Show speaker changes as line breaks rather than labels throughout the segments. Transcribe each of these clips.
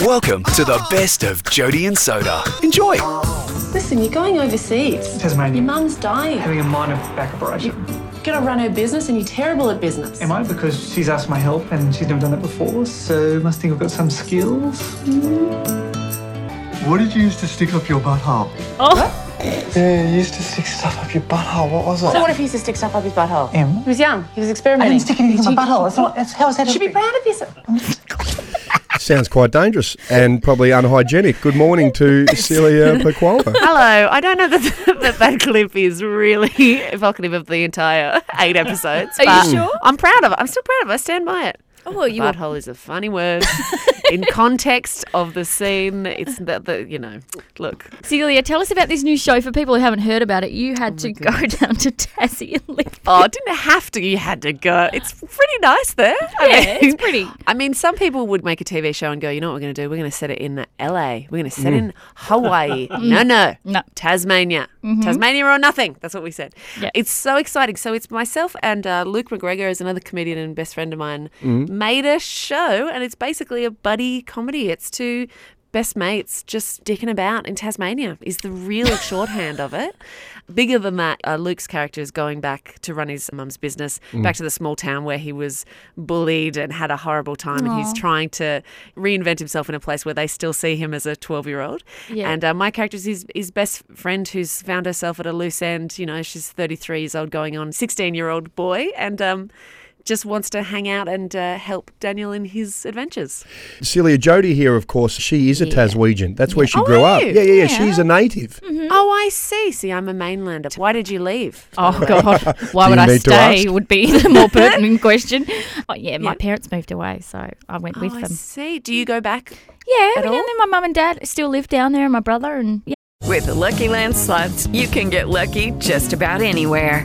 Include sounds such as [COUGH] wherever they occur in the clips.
Welcome to the best of Jody and Soda. Enjoy.
Listen, you're going overseas.
Tasmania.
Your mum's dying.
having a minor back operation.
You're gonna run her business and you're terrible at business.
Am I? Because she's asked my help and she's never done that before, so must think I've got some skills.
What did you use to stick up your butthole?
Oh.
Yeah, you used to stick stuff up your butthole. What was it?
So what if he used to stick stuff up his butthole?
Em?
He was young. He was
I
experimenting.
didn't stick anything in my butthole. It's not. It's, how is that?
Should be proud of this.
Sounds quite dangerous and probably unhygienic. Good morning
[LAUGHS]
to Celia Paquala.
Hello. I don't know that [LAUGHS] that, that clip is really [LAUGHS] evocative of the entire eight episodes. Are you sure? I'm proud of it. I'm still proud of it. I stand by it. Oh, well, you butthole is a funny word in context of the scene. It's the, the you know, look.
Celia, tell us about this new show for people who haven't heard about it. You had to go down to Tassie and live.
Oh, I [LAUGHS] didn't have to. You had to go. It's pretty nice there. I
Yeah, it's pretty.
[LAUGHS] I mean, some people would make a TV show and go, you know what we're going to do? We're going to set it in LA. We're going to set it in [LAUGHS] Hawaii. no, Mm. no.
No.
Tasmania. Tasmania or nothing. That's what we said.
Mm-hmm. Yeah.
It's so exciting. So it's myself and uh, Luke McGregor is another comedian and best friend of mine
Mm-hmm.
made a show and it's basically a buddy comedy. It's two best mates just dicking about in Tasmania is the real
[LAUGHS]
shorthand of it. Bigger than that, uh, Luke's character is going back to run his mum's business,
Mm.
back to the small town where he was bullied and had a horrible time. And he's trying to reinvent himself in a place where they still see him as a 12 year old.
Yeah.
And uh, my character is his, his best friend who's found herself at a loose end. You know, she's 33 years old, going on 16 year old boy. And, um, just wants to hang out and uh, help Daniel in his adventures.
Celia Jody here, of course. She is a Taswegian. That's where she
Oh,
grew
are
up.
you?
Yeah, yeah, yeah. She's a native.
Hmm.
Oh, I see. See, I'm a mainlander. Why did you
[LAUGHS]
leave?
Oh God! Why
Do
would
you
I
need to
stay?
ask?
[LAUGHS]
Would be the [LAUGHS] more pertinent question. Oh, yeah, my
Yeah.
parents moved away, so I went with
oh, I
them.
see. Do you go back?
Yeah,
At
every now
all?
and then my mum and dad still live down there, and my brother, and yeah.
With Lucky Land slots, you can get lucky just about anywhere.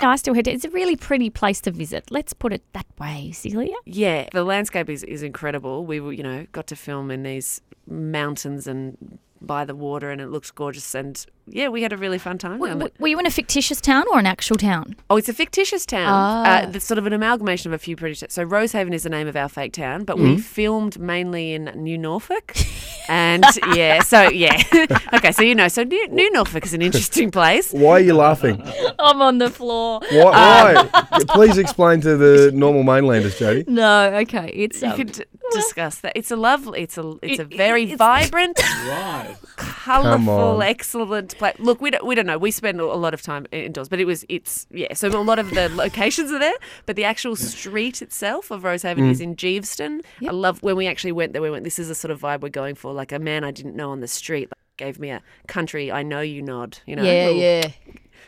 I still had. To, it's a really pretty place to visit. Let's put it that way, Celia.
Yeah, the landscape is, is incredible. We were, you know, got to film in these mountains and by the water, and it looks gorgeous. And yeah, we had a really fun time.
W-
down there.
w- were you in a fictitious town or an actual town?
Oh, it's a fictitious town. Uh, it's sort of an amalgamation of a few British. So Rosehaven is the name of our fake town, but we filmed mainly in New Norfolk, and yeah, so yeah, [LAUGHS] okay, so you know, so New, New Norfolk is an interesting place.
Why are you laughing?
[LAUGHS] I'm on the floor.
Why?
Uh,
why? Please explain to the normal mainlanders, Jody.
No, okay, it's
You
um,
could d- discuss that. It's a lovely. It's a. It's a
It- it-
very
it's- [LAUGHS]
vibrant,
Come
colourful,
on.
excellent place. Look, we don't. We don't know. We spend a lot of time indoors, but it was. It's yeah. So a lot of
[LAUGHS]
the locations are there, but the actual street itself of Rosehaven
Mm.
is in Jeeveston. I love when we actually went there. We went. This is the sort of vibe we're going for. Like a man I didn't know on the street. Like, Gave me a country I know you nod, you know.
yeah,
little-
yeah.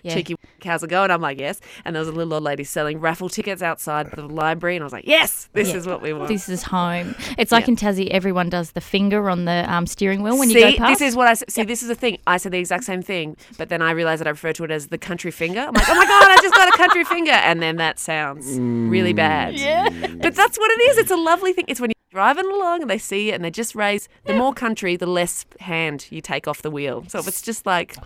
Yeah.
cheeky how's it going? I'm like, yes. And there was a little old lady selling raffle tickets outside the library, and I was like, yes, this
Yeah.
is what we want.
This is home. It's like in Tassie, everyone does the finger on the um, steering wheel when
see,
you go past.
this is what I s- see. This is the thing. I said the exact same thing, but then I realized that I refer to it as the country finger. I'm like, oh my god, I just got a country finger, and then that sounds really bad.
Mm.
Yeah, but that's what it is. It's a lovely thing. It's when you're driving along and they see you and they just raise. The more country, the less hand you take off the wheel. So if it's just like.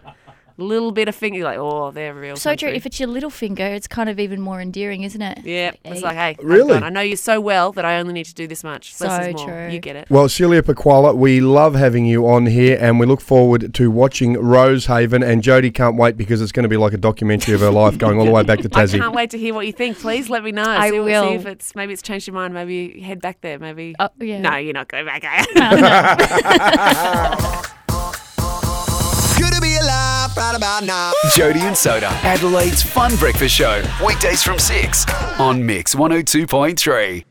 a Little bit of finger, you're like oh, they're real.
so true.
country.
If it's your little finger, it's kind of even more endearing, isn't it?
Yeah, it's like, hey, I'm
Really?
gone. I know you so well that I only need to do this much. Less
So
is more.
true.
You get it.
Well, Celia Paquala, we love having you on here and we look forward to watching Rosehaven. And Jody can't wait because it's going to be like a documentary of her life going all the way back
[LAUGHS]
to
I
Tassie.
can't wait to hear what you think. Please let me know.
I
see,
will.
See if it's maybe it's changed your mind. Maybe you head back there. Maybe.
[LAUGHS] Oh, yeah.
No, you're not going back.
right about now.
Jody and Soda,
oh
Adelaide's fun breakfast show. Weekdays from 6 on Mix 102.3.